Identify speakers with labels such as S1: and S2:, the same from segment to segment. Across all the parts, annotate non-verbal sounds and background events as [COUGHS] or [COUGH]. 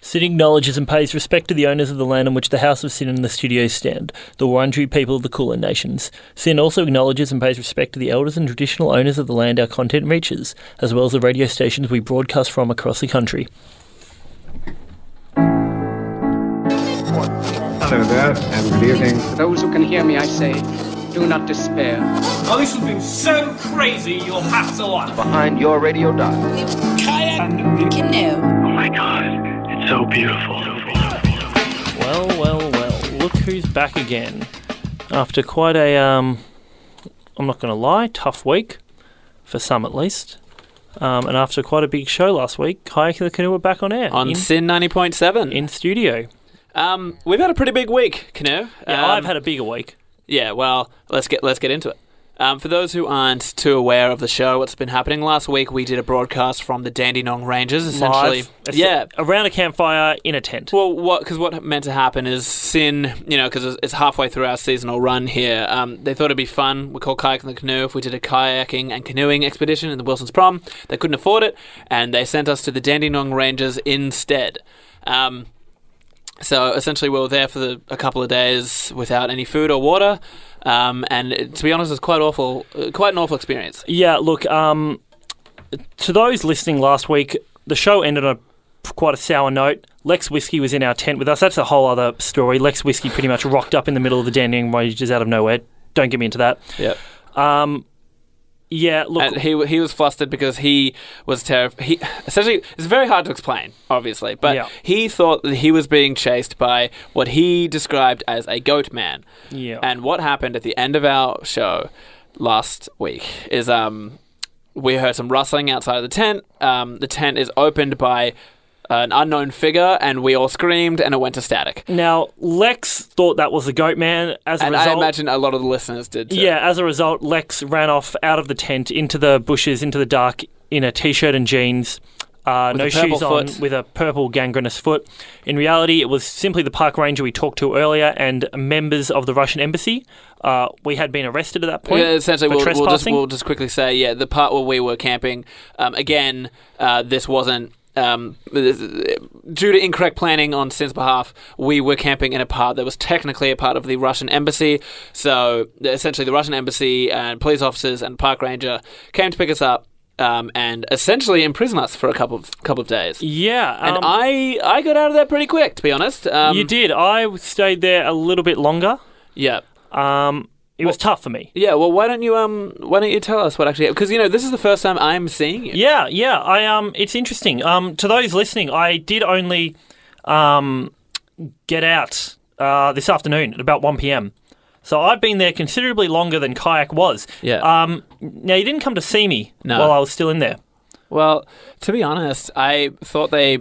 S1: Sin acknowledges and pays respect to the owners of the land on which the House of Sin and the studios stand, the Wurundjeri people of the Kulin Nations. Sin also acknowledges and pays respect to the elders and traditional owners of the land our content reaches, as well as the radio stations we broadcast from across the country.
S2: Hello there, and good evening.
S3: To those who can hear me, I say, do not despair.
S4: Oh, this has been so crazy, you'll have to laugh.
S5: behind your radio dial.
S6: Canoe.
S7: Oh my god, it's so beautiful.
S1: Well, well, well. Look who's back again. After quite a, um, I'm not going to lie, tough week, for some at least. Um, and after quite a big show last week, Kayak and the Canoe were back on air.
S8: On
S1: in,
S8: Sin 90.7.
S1: in studio.
S8: um, we've had a pretty big week, Canoe.
S1: Yeah,
S8: Um,
S1: I've had a bigger week.
S8: Yeah, well, let's get let's get into it. Um, for those who aren't too aware of the show, what's been happening last week? We did a broadcast from the Dandenong Rangers, essentially.
S1: Live. It's
S8: Yeah.
S1: Around a campfire in a tent.
S8: Well, what because what meant to happen is Sin, you know, because it's halfway through our seasonal run here. Um, they thought it'd be fun. We call kayaking the canoe if we did a kayaking and canoeing expedition in the Wilson's Prom. They couldn't afford it, and they sent us to the Dandenong Ranges instead. Um, so essentially, we were there for the, a couple of days without any food or water, um, and it, to be honest, it's quite awful, uh, quite an awful experience.
S1: Yeah, look, um, to those listening last week, the show ended on a, quite a sour note. Lex Whiskey was in our tent with us. That's a whole other story. Lex Whiskey pretty much rocked up in the middle of the Dandenong Ranges out of nowhere. Don't get me into that.
S8: Yep.
S1: Um, yeah, look,
S8: And he he was flustered because he was terrified. He essentially it's very hard to explain, obviously, but
S1: Yeah.
S8: he thought that he was being chased by what he described as a goat man.
S1: Yeah.
S8: And what happened at the end of our show last week is um we heard some rustling outside of the tent. Um, the tent is opened by an unknown figure, and we all screamed, and it went to static.
S1: now Lex thought that was the goat man. As a
S8: And
S1: result,
S8: I imagine a lot of the listeners did too.
S1: Yeah, as a result, Lex ran off out of the tent into the bushes, into the dark, in a t-shirt and jeans, uh, no
S8: a purple
S1: shoes on,
S8: foot.
S1: with a purple gangrenous foot. In reality, it was simply the park ranger we talked to earlier and members of the Russian embassy. Uh, we had been arrested at that point.
S8: Yeah, essentially,
S1: for
S8: we'll, we'll just
S1: trespassing.
S8: we'll just quickly say, yeah, the part where we were camping. Um, again, uh, this wasn't. Um, this- due to incorrect planning on Sin's behalf, we were camping in a part that was technically a part of the Russian embassy. So essentially, the Russian embassy and police officers and park ranger came to pick us up um, and essentially imprison us for a couple of couple of days.
S1: yeah,
S8: And
S1: um,
S8: I I got out of there pretty quick, to be honest. Um,
S1: you did. I stayed there a little bit longer.
S8: yeah.
S1: Um, it was tough for me.
S8: Yeah, well, why don't you um, why don't you tell us what actually? Because you know, this is the first time I'm seeing you.
S1: Yeah, yeah. I um, it's interesting. Um, to those listening, I did only um, get out uh, this afternoon at about one p.m. So I've been there considerably longer than kayak was.
S8: Yeah.
S1: Um, now you didn't come to see me
S8: No.
S1: while I was still in there.
S8: Well, to be honest, I thought they.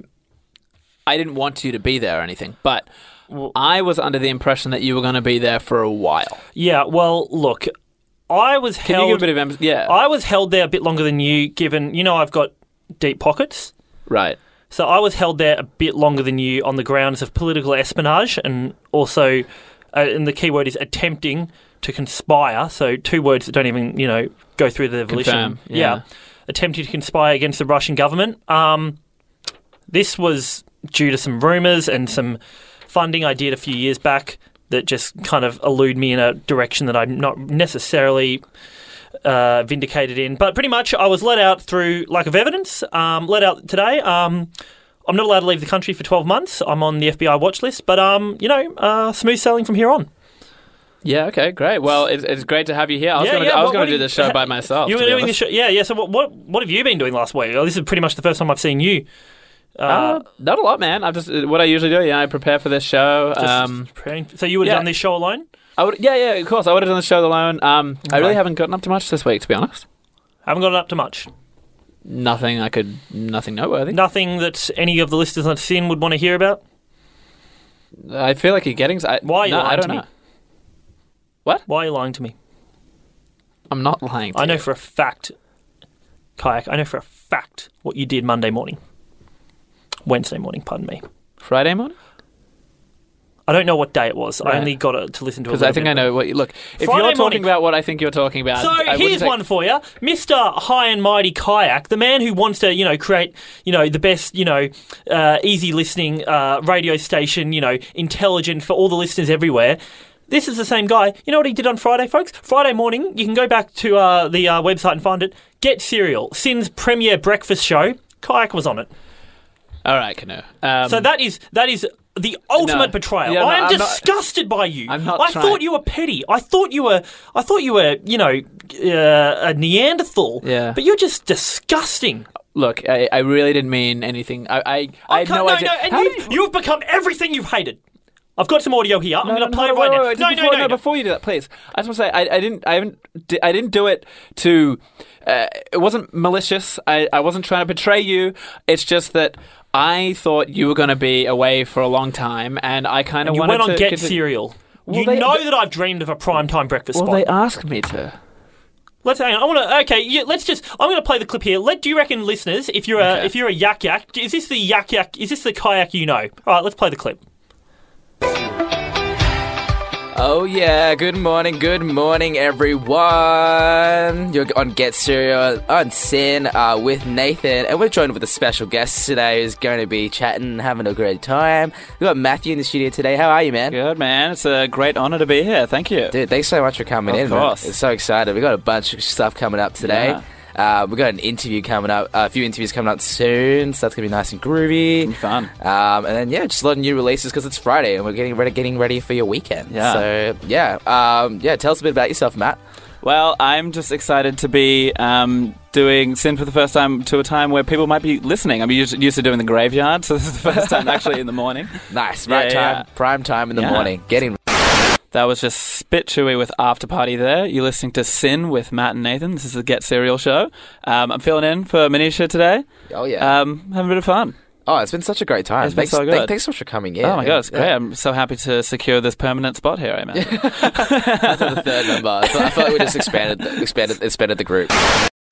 S8: I didn't want you to be there or anything, but I was under the impression that you were going to be there for a while.
S1: Yeah. Well, look, I was
S8: Can
S1: held.
S8: you give a bit of em- yeah?
S1: I was held there a bit longer than you, given you know I've got deep pockets.
S8: right.
S1: So I was held there a bit longer than you on the grounds of political espionage and also, uh, and the key word is attempting to conspire. So two words that don't even, you know, go through the volition.
S8: Confirm, yeah.
S1: Attempting to conspire against the Russian government. Um, this was due to some rumours and some funding I did a few years back that just kind of elude me in a direction that I'm not necessarily uh, vindicated in. But pretty much, I was let out through lack of evidence. Um, let out today. Um, I'm not allowed to leave the country for 12 months. I'm on the FBI watch list, but um, you know, uh, smooth sailing from here on.
S8: Yeah. Okay. Great. Well, it's, it's great to have you here. I was
S1: Yeah,
S8: going
S1: yeah,
S8: I was
S1: what-
S8: going
S1: what
S8: to
S1: do
S8: do
S1: you- [LAUGHS]
S8: this show by myself.
S1: you
S8: to
S1: were
S8: be
S1: doing this
S8: honest.
S1: show, yeah, yeah. So what, what, what have you been doing last week? Oh, this is pretty much the first time I've seen you. Uh,
S8: Uh, not a lot, man. I just what I usually do. Yeah, I prepare for this show.
S1: just-
S8: Um,
S1: so you would have
S8: yeah.
S1: done this show alone?
S8: I would, yeah, yeah, of course. I would have done the show alone. Um, I really haven't gotten up to much this week, to be honest.
S1: Haven't gotten up to much.
S8: Nothing I could, nothing noteworthy.
S1: Nothing that any of the listeners on Sin would want to hear about.
S8: I feel like you're getting. I,
S1: Why are you
S8: no,
S1: lying
S8: I don't
S1: to me?
S8: know.
S1: Why are you lying to me?
S8: I'm not lying. To
S1: I know
S8: you.
S1: for a fact, kayak. I know for a fact what you did Monday morning, Wednesday morning. Pardon me.
S8: Friday morning.
S1: I don't know what day it was.
S8: Right.
S1: I only got it to listen to.
S8: Because I think I know what you look. If
S1: Friday
S8: you're talking
S1: morning.
S8: about what I think you're talking about,
S1: So
S8: I wouldn't
S1: here's
S8: say-
S1: one for you, Mister High and Mighty Kayak, the man who wants to, you know, create, you know, the best, you know, uh, easy listening uh, radio station, you know, intelligent for all the listeners everywhere. This is the same guy. You know what he did on Friday, folks? Friday morning, you can go back to uh, the uh, website and find it. Get cereal, Sin's premier breakfast show. Kayak was on it.
S8: All right, Canoe. Um,
S1: So that is that is the ultimate
S8: No.
S1: betrayal.
S8: Yeah, no,
S1: I am
S8: I'm not-
S1: disgusted by you.
S8: I'm not
S1: I
S8: trying.
S1: thought you were petty. I thought you were. I thought you were. You know, uh, a Neanderthal.
S8: Yeah.
S1: But you're just disgusting.
S8: look, I, I really didn't mean anything. I I, I had
S1: can't-
S8: no,
S1: no,
S8: idea.
S1: no, and
S8: How
S1: you've,
S8: did you-
S1: you've become everything you've hated. I've got some audio here. I'm
S8: No,
S1: going to
S8: no,
S1: play
S8: no,
S1: it right
S8: wait,
S1: now.
S8: wait, wait,
S1: no,
S8: just
S1: no,
S8: before,
S1: no, no.
S8: Before you do that, please, I just want to say I, I didn't, I haven't, di- I didn't do it to. Uh, it wasn't malicious. I, I wasn't trying to betray you. It's just that I thought you were going to be away for a long time, and I kind of
S1: You
S8: wanted
S1: went on
S8: to
S1: Get
S8: continue-
S1: Cereal.
S8: Well,
S1: you
S8: they-
S1: know
S8: they-
S1: that I've dreamed of a primetime breakfast
S8: Well,
S1: spot.
S8: they asked me to.
S1: Let's hang on. I want to. Okay, yeah, let's just. I'm going to play the clip here. Let do you reckon, listeners, if you're a
S8: Okay.
S1: if you're a yak yak, is this the yak yak? Is this the kayak you know? All right, let's play the clip.
S5: Oh yeah, good morning, good morning everyone. You're on Get Serial on Sin uh, with Nathan, and we're joined with a special guest today who's going to be chatting, having a great time. We got Matthew in the studio today. How are you, man?
S8: Good man, it's a great honor to be here. Thank you.
S5: Dude, thanks so much for coming
S8: Of
S5: in. man.
S8: course.
S5: It's so excited. We got a bunch of stuff coming up today. Uh, we got an interview coming up, uh, a few interviews coming up soon, so that's gonna be nice and groovy,
S6: fun.
S5: Um, and then yeah, just a lot of new releases because it's Friday and we're getting ready, getting ready for your weekend.
S6: Yeah.
S5: So yeah, um, yeah. Tell us a bit about yourself, Matt.
S6: Well, I'm just excited to be um, doing Sin for the first time to a time where people might be listening. I'm used, used to doing the graveyard, so this is the first
S5: [LAUGHS]
S6: time actually in the morning.
S5: Nice,
S6: Yeah,
S5: right
S6: yeah,
S5: time, prime time in the
S6: Yeah.
S5: morning. Getting
S6: That was just spit chewy with After Party there. You're listening to Sin with Matt and Nathan. This is the Get Serial show. Um, I'm filling in for Manisha today.
S5: oh yeah.
S6: Um, having a bit of fun.
S5: oh, it's been such a great time.
S6: it's been
S5: thanks,
S6: so
S5: thank-
S6: good.
S5: thanks so much for coming in.
S6: oh my god, it's great.
S5: [LAUGHS] Yeah.
S6: I'm so happy to secure this permanent spot here, eh, I
S5: [LAUGHS]
S6: imagine.
S5: the third number. I thought, I thought we just expanded, [LAUGHS] the, expanded, expanded
S6: [LAUGHS]
S5: the group.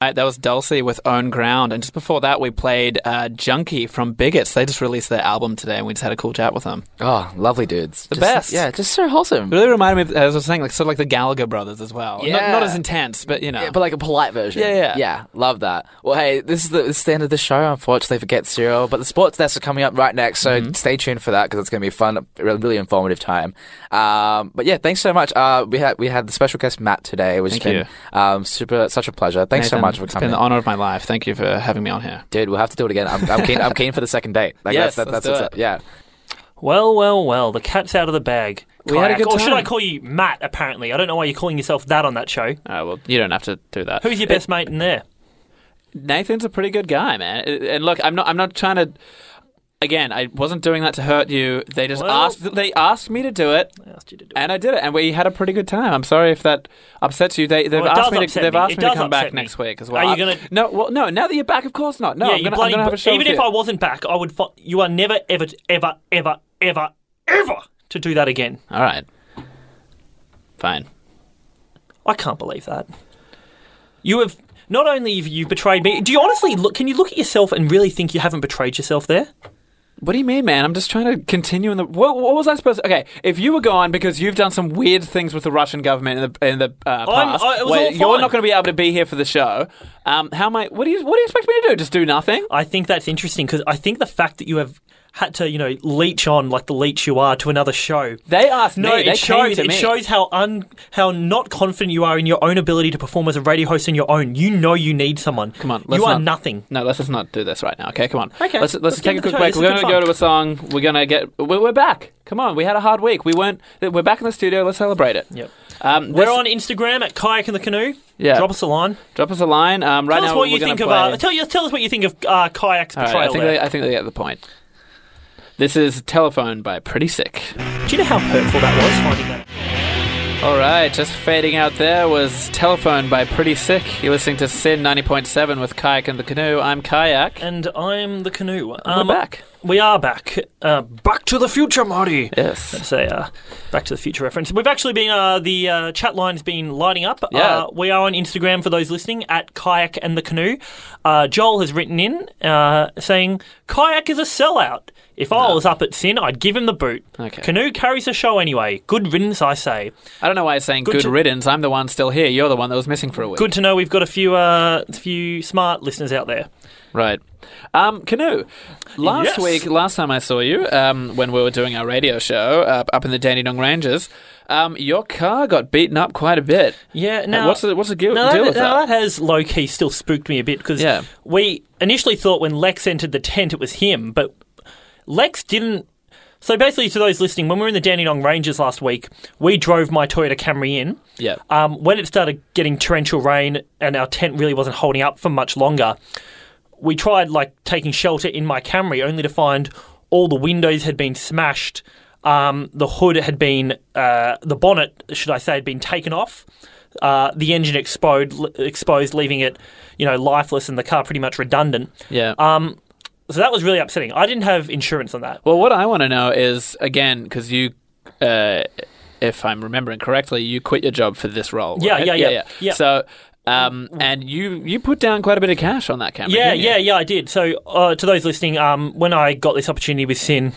S8: Right, that was Dulcie with Own Ground, and just before that, we played uh, Junkie from Bigots. They just released their album today, and we just had a cool chat with them.
S5: Oh, lovely dudes. The
S8: best.
S5: Yeah, just so wholesome.
S8: Really reminded me of, as I was saying, like sort of like the Gallagher brothers as well. Not-
S5: Yeah.
S8: Not, as intense, but you know.
S5: Yeah, but like a polite version.
S8: Yeah, yeah.
S5: Yeah, love that. Well, hey, this is the, this is the end of the show, unfortunately, for Get Serial, but the sports desk are coming up right next, so
S8: Mm-hmm.
S5: stay tuned for that because it's going to be a fun, really, really informative time. Um, but yeah, thanks so much. Uh, we had we had the special guest Matt today, which
S8: Thank
S5: has been um, super, such a pleasure. Thanks so
S8: Nathan,
S5: much for
S8: It's been
S5: coming.
S8: the honor of my life. Thank you for having me on here.
S5: Dude, we'll have to do it again. I'm, I'm keen. I'm keen for the second date. Like
S8: Yes,
S5: that's, that,
S8: let's
S5: that's
S8: do it.
S5: what's up. Yeah.
S1: Well, well, well. The cat's out of the bag.
S8: We had a
S1: Kayak.
S8: good
S1: Or should
S8: time.
S1: I call you Matt? Apparently, I don't know why you're calling yourself that on that show.
S8: Uh, well, you don't have to do that.
S1: Who's your best mate in there?
S8: Nathan's a pretty good guy, man. Uh, And look, I'm not. I'm not trying to. Again, I wasn't doing that to hurt you. They just
S1: Well-
S8: asked. They asked me to do it,
S1: I asked you to do it.
S8: and uh, I did it, and we had a pretty good time. I'm sorry if that upsets you. They, they've
S1: Well, it does
S8: asked me. To,
S1: upset
S8: they've
S1: me.
S8: asked
S1: It
S8: me to
S1: does
S8: come back
S1: upset me.
S8: next week as well.
S1: Are you
S8: I-
S1: gonna-
S8: No, well, no. Now that you're back, of course not. No,
S1: yeah,
S8: I'm,
S1: you
S8: gonna,
S1: bloody.
S8: I'm gonna have a show.
S1: even
S8: with
S1: if
S8: you.
S1: I wasn't back, I would. Fo- you are never, ever, ever, ever, ever, ever to do that again.
S8: All right. Fine.
S1: I can't believe that. You have not only have you betrayed me. Do you honestly look? Can you look at yourself and really think you haven't betrayed yourself there?
S8: What do you mean, man? I'm just trying to continue in the. What, what was I supposed to? Okay, if you were gone because you've done some weird things with the Russian government in the in the uh, past,
S1: I- Oh, it was
S8: where
S1: all
S8: you're
S1: fine.
S8: not going to be able to be here for the show. Um, how am I? What do you What do you expect me to do? Just do nothing?
S1: I think that's interesting because I think the fact that you have had to, you know, leech on like the leech you are to another show.
S8: They asked
S1: No,
S8: me. They
S1: it
S8: came
S1: shows
S8: to
S1: it
S8: me.
S1: shows how un how not confident you are in your own ability to perform as a radio host on your own. You know you need someone.
S8: Come on, let's
S1: you are
S8: not-
S1: nothing.
S8: No, let's just not do this right now. Okay, come on.
S1: Okay,
S8: let's let's,
S1: let's
S8: take a
S1: get to the show.
S8: quick break.
S1: This
S8: We're
S1: is
S8: gonna
S1: good
S8: go
S1: fun.
S8: to a song. We're gonna get. We're, we're back. Come on, we had a hard week. We weren't. We're back in the studio. Let's celebrate it.
S1: Yep.
S8: Um,
S1: We're
S8: this-
S1: on Instagram at kayak in the canoe.
S8: Yeah.
S1: drop us a line.
S8: Drop us a line. Um, right
S1: Tell us
S8: now,
S1: what you
S8: we're gonna
S1: think of.
S8: play-
S1: Uh, tell you tell us what you think of uh, kayak's
S8: All
S1: portrayal.
S8: right, I think
S1: there.
S8: they, I think they get the point. This is Telephone by Pretty Sick.
S1: Do you know how hurtful that was finding that?
S8: All right, just fading out there was Telephone by Pretty Sick. You're listening to Sin 90.7 with Kayak and the Um, Canoe. I'm Kayak.
S1: And I'm the canoe.
S8: We're back.
S1: we are back. Uh, back to the future, Marty.
S5: Yes.
S1: It's a uh, Back to the Future reference. We've actually been uh, the uh, chat line's been lighting up.
S5: Yeah.
S1: Uh, we are on Instagram for those listening at Kayak and the Canoe. Uh, Joel has written in uh, saying Kayak is a sellout. If I was up at Sin, I'd give him the boot.
S8: Okay.
S1: Canoe carries the show anyway. Good riddance, I say.
S8: I don't know why he's saying good,
S1: to-
S8: riddance. I'm the one still here. You're the one that was missing for a week.
S1: Good to know we've got a few uh, few smart listeners out there.
S8: Right. Um, Canoe, last
S1: Yes.
S8: week, last time I saw you, um, when we were doing our radio show uh, up in the Dandenong Ranges, um, your car got beaten up quite a bit.
S1: Yeah. Now
S8: what's the, what's the deal,
S1: Now
S8: deal
S1: that,
S8: with
S1: now
S8: that?
S1: that has low key still spooked me a bit because
S8: Yeah.
S1: we initially thought when Lex entered the tent it was him, but Lex didn't. So basically, to those listening, when we were in the Dandenong Ranges last week, we drove my Toyota Camry in.
S8: Yeah.
S1: Um, when it started getting torrential rain and our tent really wasn't holding up for much longer, we tried like taking shelter in my Camry, only to find all the windows had been smashed. Um, the hood had been, uh, the bonnet, should I say, had been taken off. Uh, the engine exposed, exposed, leaving it, you know, lifeless and the car pretty much redundant.
S8: yeah.
S1: Um, so that was really upsetting. I didn't have insurance on that.
S8: Well, what I want to know is again because you, uh, if I'm remembering correctly, you quit your job for this role.
S1: Yeah,
S8: right?
S1: yeah, yeah, yeah.
S8: So, um, and you you put down quite a bit of cash on that camera.
S1: Yeah,
S8: didn't you?
S1: yeah, yeah, I did. So, uh, to those listening, um, when I got this opportunity with Sin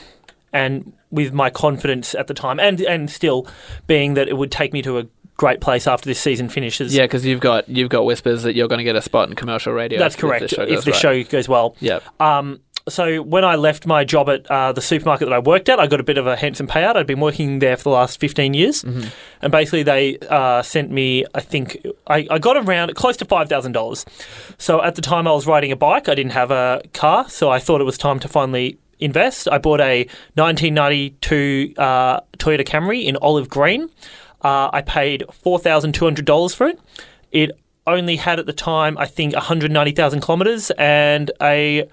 S1: and with my confidence at the time, and, and still being that it would take me to a great place after this season finishes.
S8: yeah. Because you've got you've got whispers that you're going to get a spot in commercial radio.
S1: That's
S8: if-
S1: correct.
S8: If the show goes
S1: if the
S8: right.
S1: show goes well.
S8: Yeah.
S1: Um, so when I left my job at uh, the supermarket that I worked at, I got a bit of a handsome payout. I'd been working there for the last 15 years. And basically, they uh, sent me, I think, I, I got around close to $5,000. So at the time, I was riding a bike. I didn't have a car. So I thought it was time to finally invest. I bought a 1992 uh, Toyota Camry in olive green. Uh, I paid $4,200 for it. It only had at the time, I think, 190,000 kilometres and a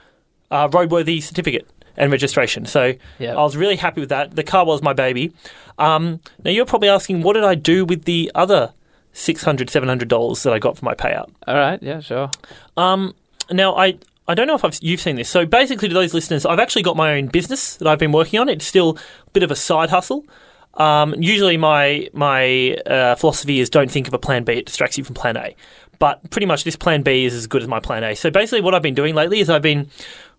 S1: uh, roadworthy certificate and registration. So
S8: Yeah.
S1: I was really happy with that. The car was my baby. Um, now you're probably asking, what did I do with the other six hundred, seven hundred dollars that I got for my payout?
S8: All right. Yeah. Sure.
S1: Now I. I don't know if I've, you've seen this. So basically, to those listeners, I've actually got my own business that I've been working on. It's still a bit of a side hustle. Um, usually, my my uh, philosophy is don't think of a plan B; it distracts you from plan A. But pretty much, this plan B is as good as my plan A. So basically, what I've been doing lately is I've been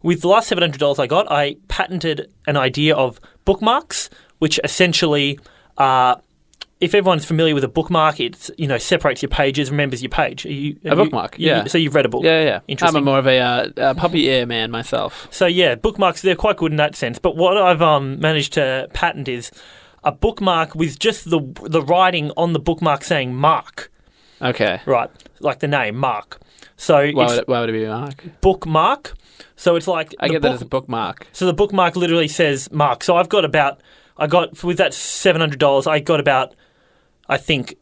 S1: with the last seven hundred dollars I got, I patented an idea of bookmarks, which essentially. Uh, if everyone's familiar with a bookmark, it's you know separates your pages, remembers your page. Are you, have you-
S8: bookmark,
S1: you-
S8: yeah.
S1: So you've read a book.
S8: Yeah. Yeah.
S1: Interesting.
S8: I'm a more of a uh, uh, puppy ear man myself.
S1: So yeah, bookmarks they're quite good in that sense. But what I've um, managed to patent is a bookmark with just the the writing on the bookmark saying Mark,
S8: Okay.
S1: right? Like the name Mark. So
S8: Why would,
S1: it's
S8: it, why would it be Mark?
S1: bookmark. So it's like
S8: I
S1: the
S8: get that
S1: book-
S8: as a bookmark.
S1: so the bookmark literally says Mark. So I've got about I got with that seven hundred dollars. I got about I think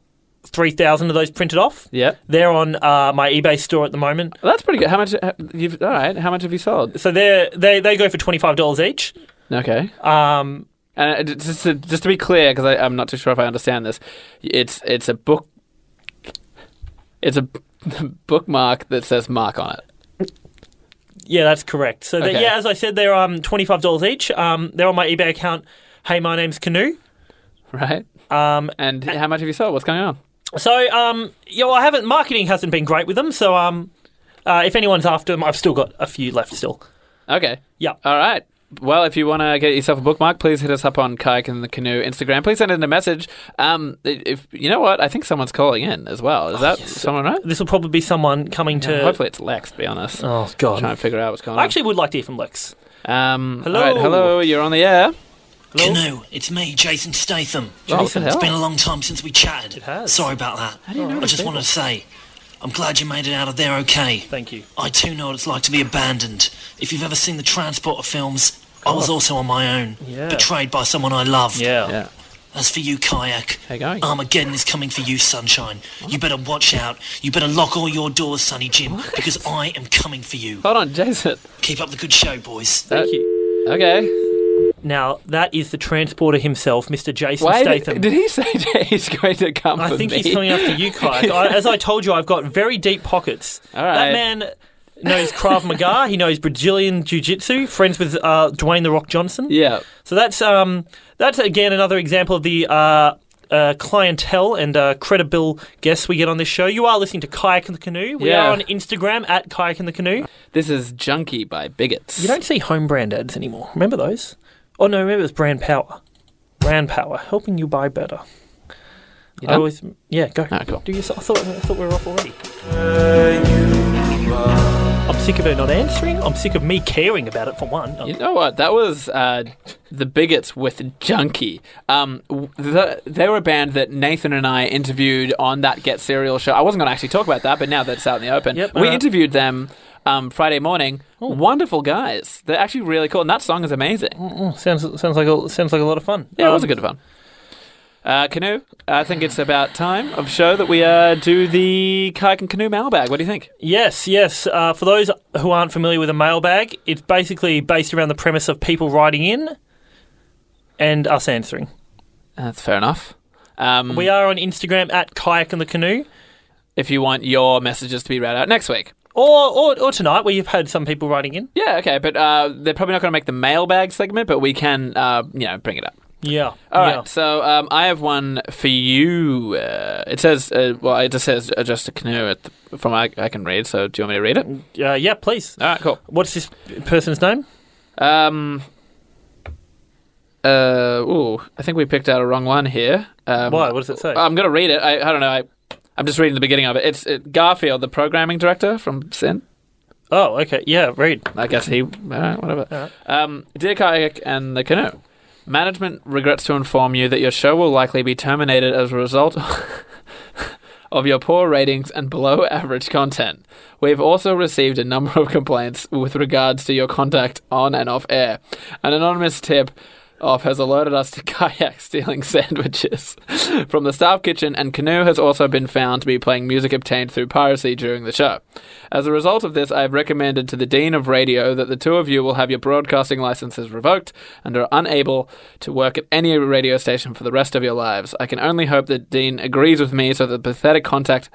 S1: three thousand of those printed off.
S8: Yep.
S1: They're on uh, my eBay store at the moment.
S8: Well, that's pretty good. How much? uh, You've all right. How much have you sold?
S1: So they're, they they go for twenty five dollars each.
S8: Okay.
S1: Um,
S8: And uh, d- just to, just to be clear, because I'm not too sure if I understand this, it's it's a book. It's a [LAUGHS] b- bookmark that says "mark" on it.
S1: Yeah, that's correct. So, they-
S8: Okay.
S1: yeah, as I said, they're um, $25 each. Um, they're on my eBay account. Hey, my name's Canoe.
S8: Right.
S1: Um,
S8: And how much have you sold? What's going on?
S1: so, um, yo, I haven't, marketing hasn't been great with them. So, um, uh, if anyone's after them, I've still got a few left still.
S8: Okay.
S1: Yeah.
S8: All right. Well, if you want to get yourself a bookmark, please hit us up on Kayak and the Canoe Instagram. Please send in a message. Um, i- if you know what, I think someone's calling in as well.
S1: Oh,
S8: Is that someone right?
S1: This will probably be someone coming to.
S8: Hopefully, it's Lex. To be honest,
S1: Oh, God.
S8: trying to figure out what's going on.
S1: I actually would like to hear from Lex.
S8: um,
S1: Hello.
S8: all right, hello. You're on the air.
S9: Canoe, it's me, Jason Statham.
S8: Oh, what the
S9: it's
S8: hell?
S9: been a long time since we chatted. It
S1: has.
S9: Sorry about that. I just wanted to say, I'm glad you made it out of there okay.
S1: Thank you.
S9: I too know what it's like to be abandoned. If you've ever seen the Transporter films, I was also on my own,
S1: Yeah.
S9: betrayed by someone I loved.
S1: Yeah.
S8: Yeah.
S9: As for you, Kayak,
S8: How you going?
S1: Uh,
S9: Armageddon is coming for you, Sunshine. You better watch out. You better lock all your doors, Sonny Jim, because I am coming for you.
S8: Hold on, Jason.
S9: Keep up the good show, boys.
S8: Uh,
S1: Thank you.
S8: Okay.
S1: Now, that is the transporter himself, Mr. Jason
S8: Why did,
S1: Statham.
S8: did he say [LAUGHS] that he's going to come for
S1: I think
S8: me?
S1: he's coming after you, Clark. I, as I told you, I've got very deep pockets.
S8: All right.
S1: That man knows Krav Maga. He knows Brazilian Jiu Jitsu. Friends with uh, Dwayne the Rock Johnson.
S8: [LAUGHS] Yeah.
S1: So that's um, that's again another example of the uh, uh, clientele and uh, credible guests we get on this show. You are listening to Kayak and the Canoe. We
S8: Yeah.
S1: are on Instagram at Kayak and the Canoe.
S8: This is Junkie by Bigots.
S1: You don't see home brand ads anymore. Remember those? Oh no, remember it was Brand Power. Brand Power, helping you buy better. I
S8: done?
S1: always, yeah, go.
S8: Alright, Ah, cool.
S1: Do your, I thought I thought we were off already. I'm sick of her not answering. I'm sick of me caring about it for one.
S8: You know what? That was uh, the bigots with Junkie. Um, w- the, they were a band that Nathan and I interviewed on that Get Serial show. I wasn't going to actually talk about that, but now that it's out in the open,
S1: Yep,
S8: we
S1: uh,
S8: interviewed them um, Friday morning. Wonderful guys. They're actually really cool, and that song is amazing.
S1: Oh, Sounds sounds like a, sounds like a lot of fun.
S8: Yeah, it was a
S1: Um,
S8: good fun. Uh, canoe. I think it's about time of show that we uh, do the kayak and canoe mailbag. What do you think?
S1: Yes, yes. Uh, for those who aren't familiar with a mailbag, it's basically based around the premise of people writing in and us answering.
S8: That's fair enough. Um,
S1: We are on Instagram at Kayak and the Canoe,
S8: if you want your messages to be read out next week.
S1: or or, or tonight where you've had some people writing in.
S8: Yeah, okay, but uh, they're probably not going to make the mailbag segment, but we can, uh, you know, bring it up.
S1: Yeah.
S8: All right,
S1: yeah.
S8: so um, I have one for you. Uh, it says, uh, well, it just says uh, just a canoe at the, from I, I can read. So do you want me to read it? All
S1: Uh, yeah, please.
S8: right, cool.
S1: What's this person's name?
S8: Um, uh, ooh, I think we picked out a wrong one here. Um,
S1: Why? What does it say?
S8: I'm going to read it. I, I don't know. I, I'm just reading the beginning of it. It's it, Garfield, the programming director from Sin.
S1: oh, okay. Yeah, read.
S8: I guess he. All right, whatever. Um, Dear Kayak and the Canoe, management regrets to inform you that your show will likely be terminated as a result [LAUGHS] of your poor ratings and below average content. We've also received a number of complaints with regards to your conduct on and off air. An anonymous tip. Off has alerted us to [LAUGHS] kayak stealing sandwiches [LAUGHS] from the staff kitchen, and Canoe has also been found to be playing music obtained through piracy during the show. As a result of this, I have recommended to the Dean of Radio that the two of you will have your broadcasting licenses revoked and are unable to work at any radio station for the rest of your lives. I can only hope that Dean agrees with me so that pathetic contact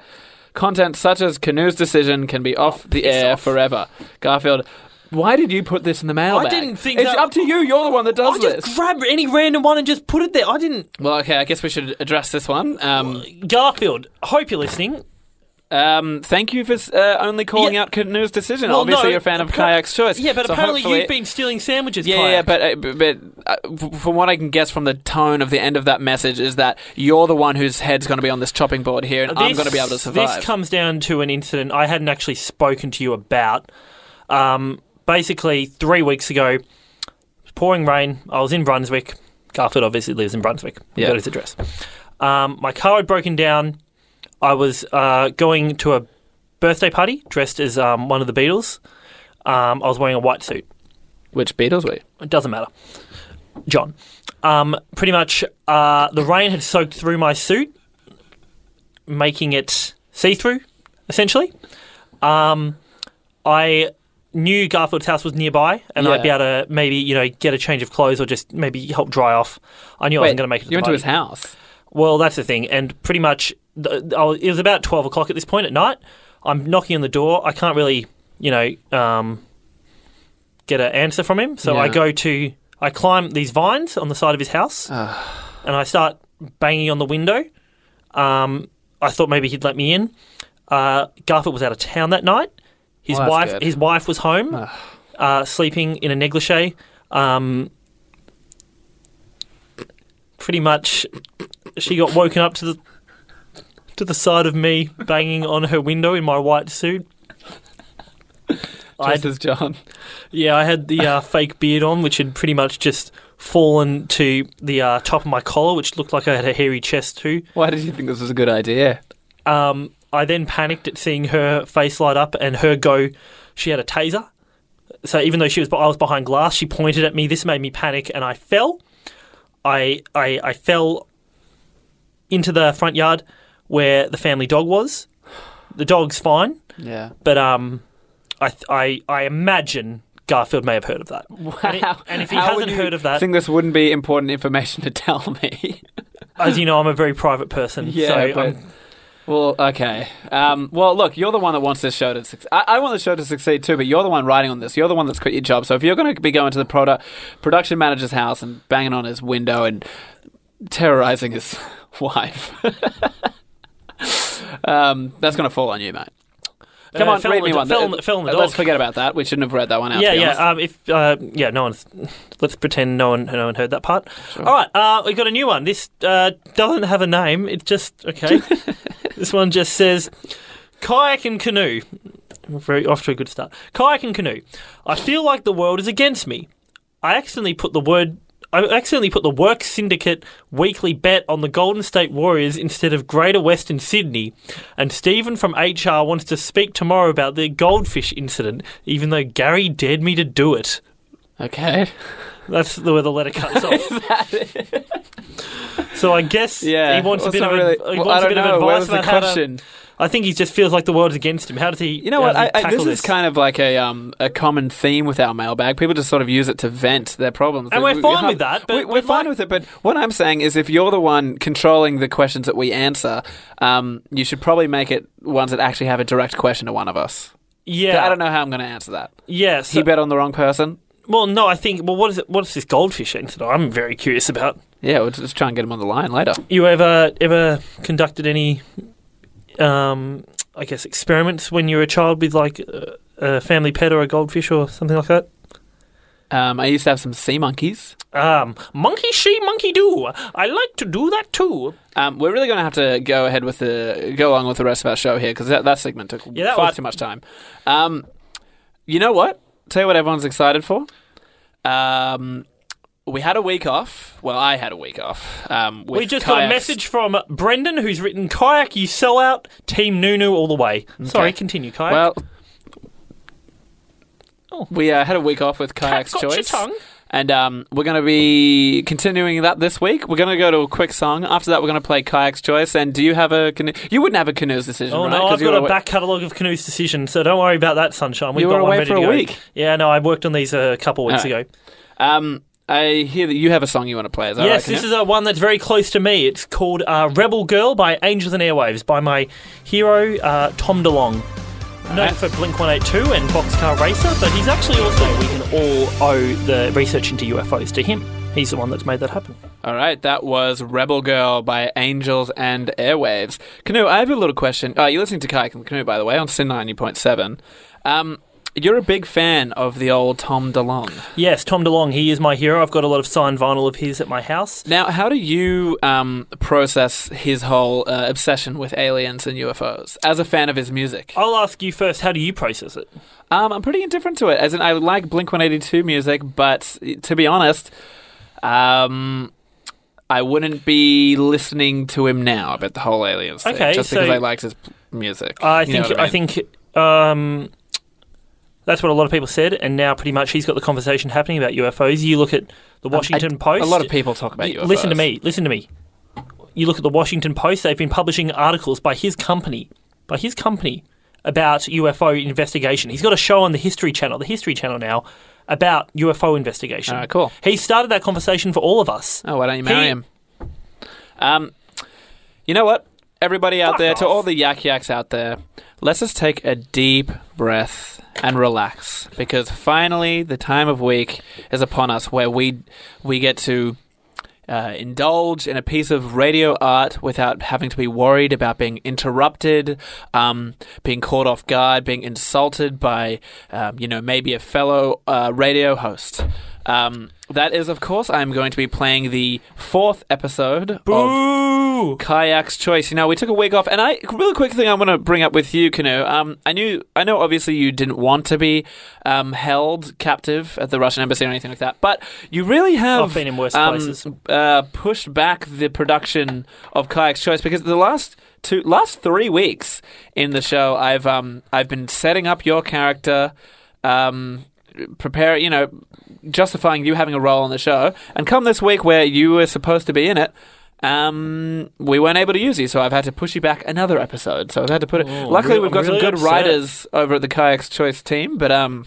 S8: content such as Canoe's decision can be off the air forever. Garfield, why did you put this in the mailbag?
S1: didn't think
S8: it's
S1: that-
S8: up to you. You're the one that does this.
S1: grabbed any random one and just put it there. I didn't.
S8: well, okay, I guess we should address this one. Um,
S1: Garfield, hope you're listening.
S8: um, thank you for uh, only calling
S1: Yeah.
S8: out Canoe's decision.
S1: Well,
S8: Obviously,
S1: no,
S8: you're a fan of
S1: appar-
S8: Kayak's choice.
S1: Yeah, but
S8: So
S1: apparently
S8: hopefully-
S1: you've been stealing sandwiches.
S8: Yeah,
S1: Kayak.
S8: yeah, but uh, b- but uh, f- from what I can guess from the tone of the end of that message is that you're the one whose head's going to be on this chopping board here, and I'm
S1: This-
S8: going to be able to survive.
S1: This comes down to an incident I hadn't actually spoken to you about. Um, basically, three weeks ago, it was pouring rain. I was in Brunswick. Garfield obviously lives in Brunswick. He
S8: Yeah.
S1: got his address. Um, my car had broken down. I was uh, going to a birthday party dressed as um, one of the Beatles. Um, I was wearing a white suit.
S8: Which Beatles were? you?
S1: It doesn't matter. John. Um, pretty much, uh, the rain had soaked through my suit, making it see through, essentially. Um, I knew Garfield's house was nearby, and I'd be
S8: Yeah.
S1: able to maybe, you know, get a change of clothes or just maybe help dry off. I knew I wasn't going to make it. To
S8: you
S1: the
S8: went to
S1: party.
S8: his house.
S1: Well, that's the thing, and pretty much th- I was, it was about twelve o'clock at this point at night. I'm knocking on the door. I can't really, you know, um, get an answer from him. So I
S8: Yeah.
S1: go to I climb these vines on the side of his house, and I start banging on the window. Um, I thought maybe he'd let me in. Uh, Garfield was out of town that night. His
S8: Well, that's
S1: wife,
S8: good.
S1: his wife was home, uh, sleeping in a negligee. Um, pretty much, she got woken up to the to the side of me banging on her window in my white suit. I
S8: This is John.
S1: yeah, I had the uh, fake beard on, which had pretty much just fallen to the uh, top of my collar, which looked like I had a hairy chest too.
S8: Why did you think this was a good idea?
S1: Um, I then panicked at seeing her face light up and her go. She had a taser, so even though she was, I was behind glass. She pointed at me. This made me panic, and I fell. I I, I fell into the front yard where the family dog was. The dog's fine,
S8: Yeah.
S1: but um, I th- I I imagine Garfield may have heard of that. Wow. And, it- and if he
S8: How would
S1: hasn't
S8: you
S1: heard of that,
S8: think this wouldn't be important information to tell me.
S1: as you know, I'm a very private person. so I'm-
S8: but uh, Well, okay. Um, well, look, you're the one that wants this show to succeed. I, I want the show to succeed too, but you're the one writing on this. You're the one that's quit your job. So if you're going to be going to the product production manager's house and banging on his window and terrorizing his [LAUGHS] wife, um, that's going to fall on you, mate. Come
S1: Uh,
S8: on,
S1: fell
S8: read
S1: on
S8: me
S1: the-
S8: one. uh,
S1: fell on the- fell on the
S8: Let's
S1: dog.
S8: forget about that. We shouldn't have read that one out. to
S1: Yeah,
S8: be
S1: yeah.
S8: honest.
S1: Um, if uh, yeah, no one's. Let's pretend no one no one heard that part. All right, uh, we got a new one. This uh, doesn't have a name. It just okay.
S8: [LAUGHS]
S1: this one just says kayak and canoe. Very off to a good start. Kayak and canoe. I feel like the world is against me. I accidentally put the word. I accidentally put the Work Syndicate weekly bet on the Golden State Warriors instead of Greater Western Sydney, and Stephen from HR wants to speak tomorrow about their goldfish incident, even though Gary dared me to do it. uh,
S8: Okay.
S1: That's the where the letter
S8: [LAUGHS]
S1: cuts off. so I guess
S8: Yeah.
S1: he wants a
S8: Well,
S1: bit
S8: it's
S1: of, ad-
S8: not really-
S1: he wants
S8: well, I
S1: a bit of
S8: don't know.
S1: advice
S8: Where was the
S1: about how to-
S8: question?
S1: I think he just feels like the world's against him. How does he?
S8: You know
S1: how
S8: what?
S1: does
S8: I,
S1: he
S8: I,
S1: tackle
S8: this is kind of like a um, a common theme with our mailbag. People just sort of use it to vent their problems,
S1: And
S8: Like,
S1: we're
S8: we- we
S1: fine
S8: have-
S1: with that, but
S8: we, we're
S1: we'd
S8: fine
S1: like-
S8: with it. But what I'm saying is, if you're the one controlling the questions that we answer, um, you should probably make it ones that actually have a direct question to one of us.
S1: yeah.
S8: I don't know how I'm going to answer that.
S1: Yeah,
S8: He
S1: so-
S8: bet on the wrong person.
S1: well, no, I think. Well, what is it? What is this goldfish incident? I'm very curious about.
S8: Yeah, we'll just try and get him on the line later.
S1: you ever ever conducted any um i guess experiments when you were a child with like a, a family pet or a goldfish or something like that
S8: Um, I used to have some sea monkeys.
S1: um monkey she monkey do i like to do that too
S8: Um, we're really going to have to go ahead with the go along with the rest of our show here because that, that segment took
S1: Yeah, that
S8: far
S1: was-
S8: too much time. Um, you know what? Tell you what everyone's excited for. Um, we had a week off. Well, I had a week off. Um,
S1: we
S8: with
S1: just got a
S8: kayaks.
S1: message from brendan who's written kayak you sell out team nunu all the way sorry continue kayak
S8: Well, we uh, had a week off with kayak's
S1: Oh. got your
S8: choice.
S1: tongue.
S8: And um, we're going to be continuing that this week. We're going to go to a quick song. After that, we're going to play Kayak's Choice. And do you have a canoe? You wouldn't have a canoe's decision,
S1: Oh
S8: right?
S1: no,
S8: 'Cause
S1: I've
S8: you
S1: got
S8: were
S1: a
S8: away-
S1: back catalogue of canoes decision, so don't worry about that, sunshine. We've
S8: You
S1: got
S8: were
S1: one
S8: away
S1: ready
S8: for
S1: to
S8: a
S1: go.
S8: week.
S1: Yeah, no, I worked on these uh, a couple weeks
S8: Alright.
S1: ago.
S8: Um, I hear that you have a song you want to play. Is that
S1: yes,
S8: right?
S1: this is uh, one that's very close to me. It's called uh, Rebel Girl by Angels and Airwaves by my hero, uh, Tom DeLong. Known
S8: Alright.
S1: for Blink 182 and Boxcar Racer, but he's actually also, we can all owe the research into UFOs to him. He's the one that's made that happen.
S8: All right, that was Rebel Girl by Angels and Airwaves. Canoe, I have a little question. Uh, you're listening to Kayak and Canoe, by the way, on Sin 90.7. Um, you're a big fan of the old Tom DeLonge.
S1: Yes, Tom DeLong, he is my hero. I've got a lot of signed vinyl of his at my house.
S8: Now, how do you um, process his whole uh, obsession with aliens and UFOs as a fan of his music?
S1: I'll ask you first, how do you process it?
S8: Um, I'm pretty indifferent to it. As in, I like Blink 182 music, but to be honest, um, I wouldn't be listening to him now about the whole aliens thing.
S1: Okay,
S8: just because
S1: so-
S8: I liked his p- music.
S1: I
S8: You know
S1: think
S8: what
S1: I, think um, that's what a lot of people said, and now pretty much he's got the conversation happening about UFOs. You look at the
S8: Um, I-
S1: Washington Post.
S8: A lot of people talk about
S1: Y-
S8: UFOs.
S1: Listen to me. Listen to me. You look at the Washington Post. They've been publishing articles by his company, by his company, about UFO investigation. He's got a show on the History Channel, the History Channel now, about UFO investigation.
S8: All right, Ah, cool.
S1: He started that conversation for all of us.
S8: Oh, why don't you marry
S1: He-
S8: him? Um, you know what? Everybody out
S1: Fuck
S8: there, to
S1: off.
S8: all the yak yaks out there, let's just take a deep breath and relax because finally the time of week is upon us where we we get to uh, indulge in a piece of radio art without having to be worried about being interrupted, um, being caught off guard, being insulted by, um, you know, maybe a fellow uh, radio host. Um, that is, of course, I'm going to be playing the fourth episode of
S1: Ooh.
S8: Kayak's Choice. You know, we took a week off, and I real quick thing I want to bring up with you, Canoe. Um, I knew, I know, obviously you didn't want to be um, held captive at the Russian embassy or anything like that, but you really have
S1: I've been in worse places.
S8: Uh, pushed back the production of Kayak's Choice because the last two, last three weeks in the show, I've um, I've been setting up your character. Um, prepare you know justifying you having a role on the show and come this week where you were supposed to be in it um, we weren't able to use you, so I've had to push you back another episode. So I've had to put it. Luckily,
S1: really-
S8: we've got
S1: I'm
S8: some
S1: really
S8: good
S1: upset.
S8: writers over at the Kayak's Choice team, but um,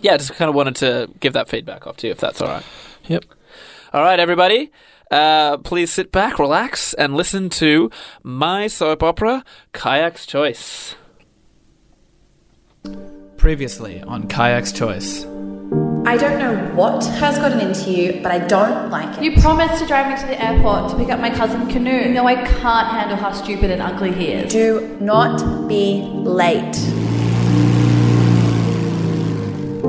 S8: yeah, just kind of wanted to give that feedback off to you if that's all right. Yep. All right, everybody. uh, please sit back, relax, and listen to my soap opera, Kayak's Choice. Previously on Kayak's Choice.
S9: I don't know what has gotten into you, but I don't like it.
S10: You promised to drive me to the airport to pick up my cousin Canoe. No, I can't handle how stupid and ugly he is.
S9: do not be late.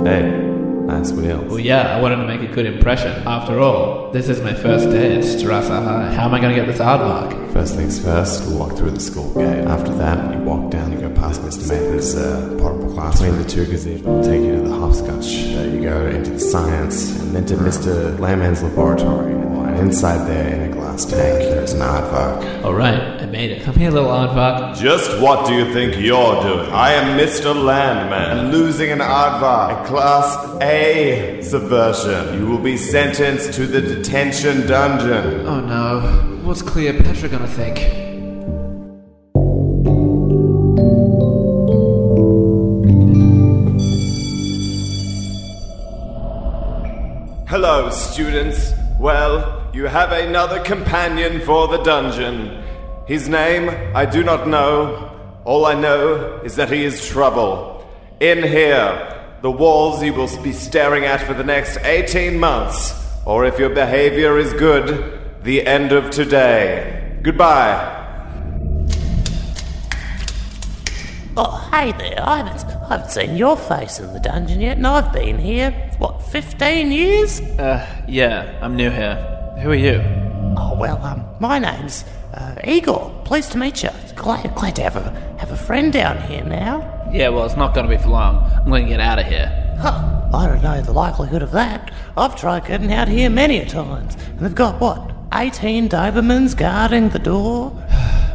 S8: Well, yeah, I wanted to make a good impression. After all, this is my first day at Strasser High. How am I going to get this aardvark?
S11: First things first, we walk through the school gate. After that, you walk down, you go past Mr. Mather's uh, portable classroom. Between the two gazebo, take you to the hopscotch. There you go into the science, and then to Mr. Landman's laboratory. And inside there, in a glass tank, there's an aardvark.
S8: All right, I made it. Come here, little aardvark.
S11: Just what do you think you're doing? I am Mr. Landman. Losing an aardvark, class A subversion. You will be sentenced to the detention dungeon.
S8: Oh no, what's Cleopatra going to think?
S11: Hello, students. Well, you have another companion for the dungeon. His name I do not know. All I know is that he is trouble. In here, the walls you will be staring at for the next 18 months, or if your behavior is good, the end of today. Goodbye.
S5: Oh, hey there. I haven't, I haven't seen your face in the dungeon yet, and I've been here, what, 15 years?
S8: Yeah, I'm new here. Who are you?
S5: Oh, well, um, my name's uh, Igor. Pleased to meet you. Glad, glad to have a, have a friend down here now.
S8: Yeah, well, it's not going to be for long. I'm going to get out of here.
S5: Huh, I don't know the likelihood of that. I've tried getting out here many a times, and they've got, what, 18 Dobermans guarding the door?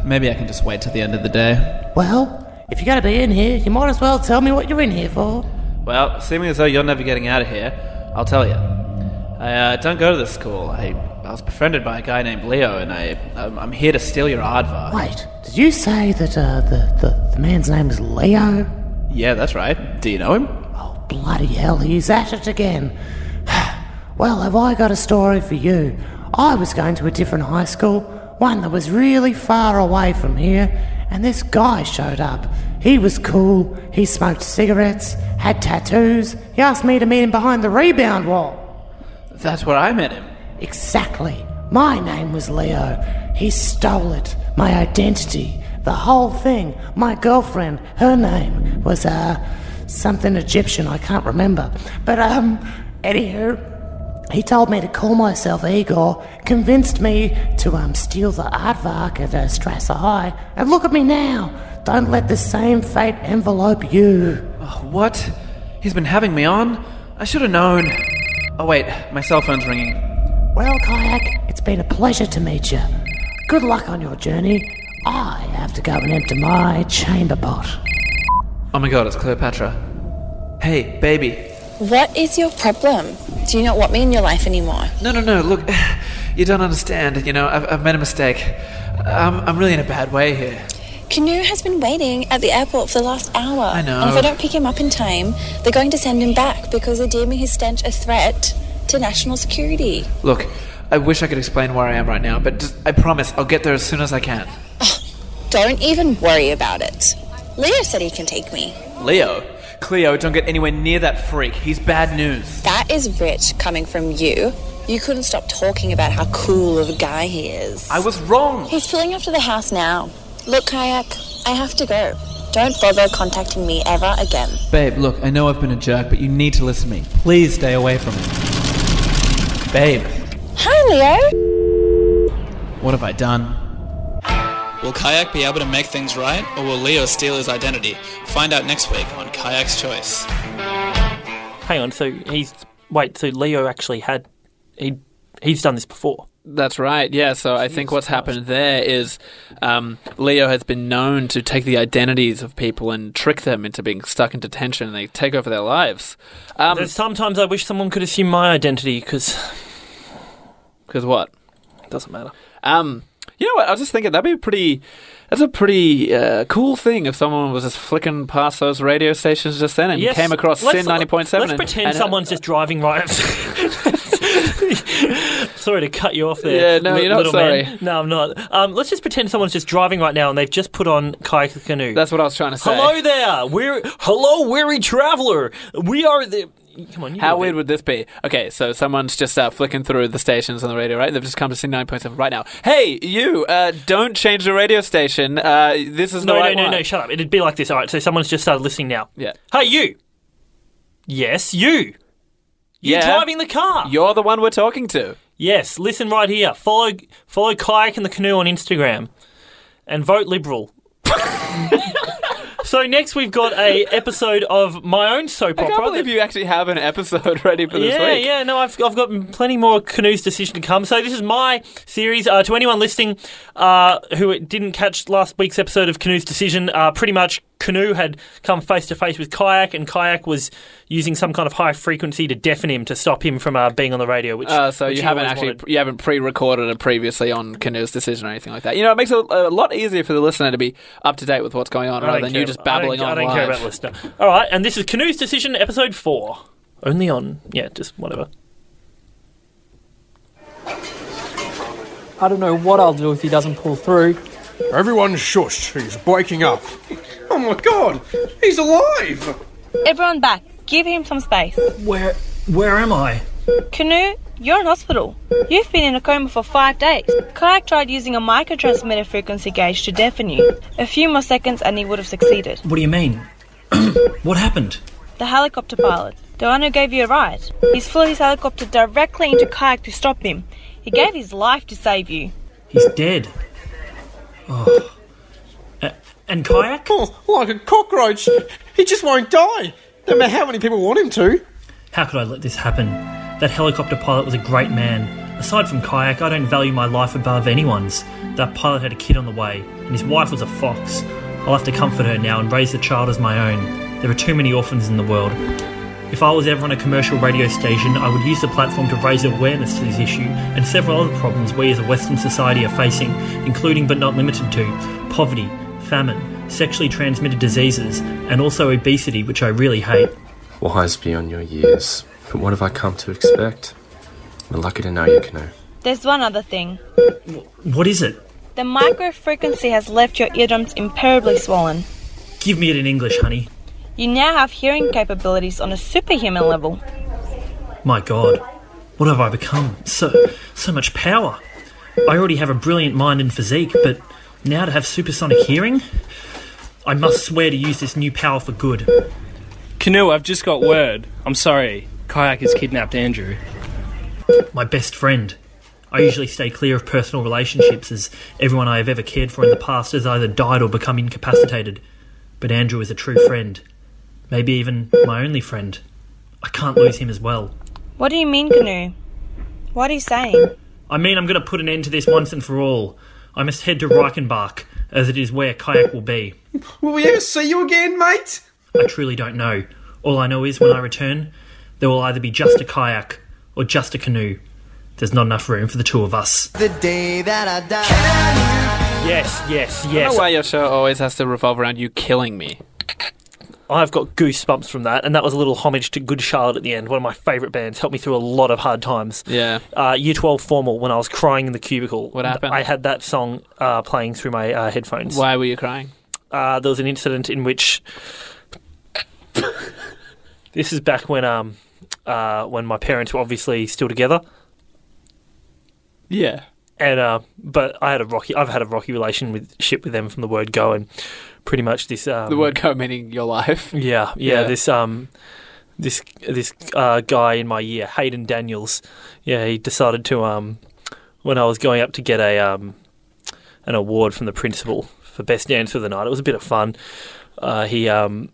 S8: Maybe I can just wait till the end of the day.
S5: Well, if you're going to be in here, you might as well tell me what you're in here for.
S8: Well, seeming as though you're never getting out of here, I'll tell you. I uh, don't go to this school. I, I was befriended by a guy named Leo, and I, I'm, I'm here to steal your aardvark.
S5: Wait, did you say that uh, the, the, the man's name is Leo?
S8: Yeah, that's right. Do you know him?
S5: Oh, bloody hell, he's at it again. [SIGHS] well, have I got a story for you? I was going to a different high school, one that was really far away from here, and this guy showed up. He was cool, he smoked cigarettes, had tattoos. He asked me to meet him behind the rebound wall.
S8: That's where I met him.
S5: Exactly. My name was Leo. He stole it. My identity. The whole thing. My girlfriend. Her name was, uh, something Egyptian. I can't remember. But, um, anywho, he told me to call myself Igor, convinced me to, um, steal the aardvark at uh, Strasser High, and look at me now. Don't let the same fate envelope you.
S8: Oh, what? He's been having me on? I should have known. Oh, wait, my cell phone's ringing.
S5: Well, Kayak, it's been a pleasure to meet you. Good luck on your journey. I have to go and empty my chamber pot.
S8: Oh my god, it's Cleopatra. Hey, baby.
S10: What is your problem? Do you not want me in your life anymore?
S8: No, no, no, look, [SIGHS] you don't understand. You know, I've, I've made a mistake. I'm, I'm really in a bad way here.
S10: Canoe has been waiting at the airport for the last hour.
S8: I know.
S10: And if I don't pick him up in time, they're going to send him back because they deem his stench a threat to national security.
S8: Look, I wish I could explain where I am right now, but just, I promise I'll get there as soon as I can.
S10: Don't even worry about it. Leo said he can take me.
S8: Leo? Cleo, don't get anywhere near that freak. He's bad news.
S10: That is rich coming from you. You couldn't stop talking about how cool of a guy he is.
S8: I was wrong.
S10: He's pulling up to the house now. Look, Kayak, I have to go. Don't bother contacting me ever again.
S8: Babe, look, I know I've been a jerk, but you need to listen to me. Please stay away from me. Babe,
S10: Hi, Leo.
S8: what have I done?
S12: Will Kayak be able to make things right, or will Leo steal his identity? Find out next week on Kayak's Choice.
S1: Hang on, so he's wait, so Leo actually had he he's done this before.
S8: That's right, yeah. So I think what's happened there is um, Leo has been known to take the identities of people and trick them into being stuck in detention and they take over their lives. Um,
S1: There's sometimes I wish someone could assume my identity because
S8: Because what?
S1: it doesn't matter.
S8: Um, you know what? I was just thinking that'd be a pretty. That's a pretty uh, cool thing if someone was just flicking past those radio stations just then and
S1: Yes,
S8: came across
S1: let's-
S8: uh, Sin ninety point seven.
S1: Let's pretend someone's just driving right. [LAUGHS] sorry to cut you off there.
S8: Yeah, no,
S1: li-
S8: you're not
S1: little man.
S8: sorry.
S1: No, I'm not. Um, let's just pretend someone's just driving right now and they've just put on kayak the canoe.
S8: That's what I was trying to say.
S1: Hello there. We're hello weary traveler. We are the. Come on. You
S8: How
S1: do it.
S8: weird would this be? Okay, so someone's just uh, flicking through the stations on the radio, right? They've just come to sing 9.7 right now. Hey, you, uh, don't change the radio station. Uh, this is
S1: No,
S8: the
S1: no,
S8: right
S1: no,
S8: one.
S1: no. Shut up. It'd be like this. All right. So someone's just started listening now.
S8: Yeah.
S1: Hey, you. Yes, you. You're
S8: Yeah.
S1: driving the car.
S8: You're the one we're talking to.
S1: Yes, listen right here. Follow follow kayak and the canoe on Instagram, and vote Liberal. so next we've got a episode of my own soap
S8: I
S1: opera.
S8: can't believe you actually have an episode [LAUGHS] ready for this
S1: yeah,
S8: week.
S1: yeah. No, I've I've got plenty more canoes decision to come. So this is my series. Uh, to anyone listening uh, who didn't catch last week's episode of Canoe's decision, uh, pretty much canoe had come face to face with kayak, and kayak was using some kind of high frequency to deafen him to stop him from uh, being on the radio. Which
S8: Uh, so
S1: which
S8: you
S1: he
S8: haven't
S1: always
S8: actually
S1: wanted.
S8: you haven't pre-recorded it previously on Canoe's decision or anything like that. You know, it makes it a, a lot easier for the listener to be up to date with what's going on
S1: I
S8: rather
S1: don't
S8: than you
S1: care
S8: just
S1: about- I don't-
S8: babbling on.
S1: I don't care
S8: live.
S1: about listener. All right, and this is Canoe's Decision, episode four. Only on, yeah, just whatever.
S13: I don't know what I'll do if he doesn't pull through.
S14: Everyone shush, he's breaking up. [LAUGHS] Oh my god, he's alive!
S15: Everyone back. Give him some space. Where?
S16: Where am I?
S15: Canoe, you're in hospital. You've been in a coma for five days. Kayak tried using a microtransmitter frequency gauge to deafen you. A few more seconds and he would have succeeded.
S16: What do you mean? [COUGHS] what happened?
S15: The helicopter pilot, the one who gave you a ride, he's flew his helicopter directly into Kayak to stop him. He gave his life to save you.
S16: He's dead. Oh. A- and kayak?
S14: Oh, like a cockroach, he just won't die. No matter how many people want him to.
S16: How could I let this happen? That helicopter pilot was a great man. Aside from kayak, I don't value my life above anyone's. That pilot had a kid on the way, and his wife was a fox. I'll have to comfort her now and raise the child as my own. There are too many orphans in the world. If I was ever on a commercial radio station, I would use the platform to raise awareness to this issue and several other problems we as a Western society are facing, including but not limited to poverty, famine, sexually transmitted diseases, and also obesity, which I really hate.
S17: Wise beyond your years, but what have I come to expect? We're lucky to know you, Canoe.
S15: There's one other thing.
S16: What is it?
S15: The microfrequency has left your eardrums imperably swollen.
S16: Give me it in English, honey.
S15: You now have hearing capabilities on a superhuman level.
S16: My God, what have I become? So, so much power. I already have a brilliant mind and physique, but now to have supersonic hearing? I must swear to use this new power for good.
S18: Canoe, I've just got word. I'm sorry. Kayak has kidnapped Andrew.
S16: My best friend. I usually stay clear of personal relationships as everyone I have ever cared for in the past has either died or become incapacitated. But Andrew is a true friend. Maybe even my only friend. I can't lose him as well.
S15: What do you mean, Canoe? What are you saying?
S16: I mean, I'm going to put an end to this once and for all. I must head to Reichenbach, as it is where Kayak will be.
S14: Will we ever see you again, mate?
S16: I truly don't know. All I know is when I return, there will either be just a kayak or just a canoe. There's not enough room for the two of us.
S19: The day that I die.
S1: Yes, yes,
S8: I don't
S1: yes.
S8: know why your show always has to revolve around you killing me.
S1: I've got goosebumps from that, and that was a little homage to Good Charlotte at the end, one of my favourite bands. Helped me through a lot of hard times.
S8: Yeah.
S1: Uh, year 12 formal, when I was crying in the cubicle. What
S8: happened?
S1: I had that song uh, playing through my uh, headphones.
S8: Why were you crying?
S1: Uh, there was an incident in which. [LAUGHS] this is back when um, uh, when my parents were obviously still together.
S8: Yeah.
S1: and uh, but I had a rocky. I've had a rocky relation with ship with them from the word go, and pretty much this. Um,
S8: the word go meaning your life.
S1: Yeah, yeah. This um, this this uh, guy in my year, Hayden Daniels. Yeah, he decided to um, when I was going up to get a um, an award from the principal for best dance of the night. It was a bit of fun. Uh, he um,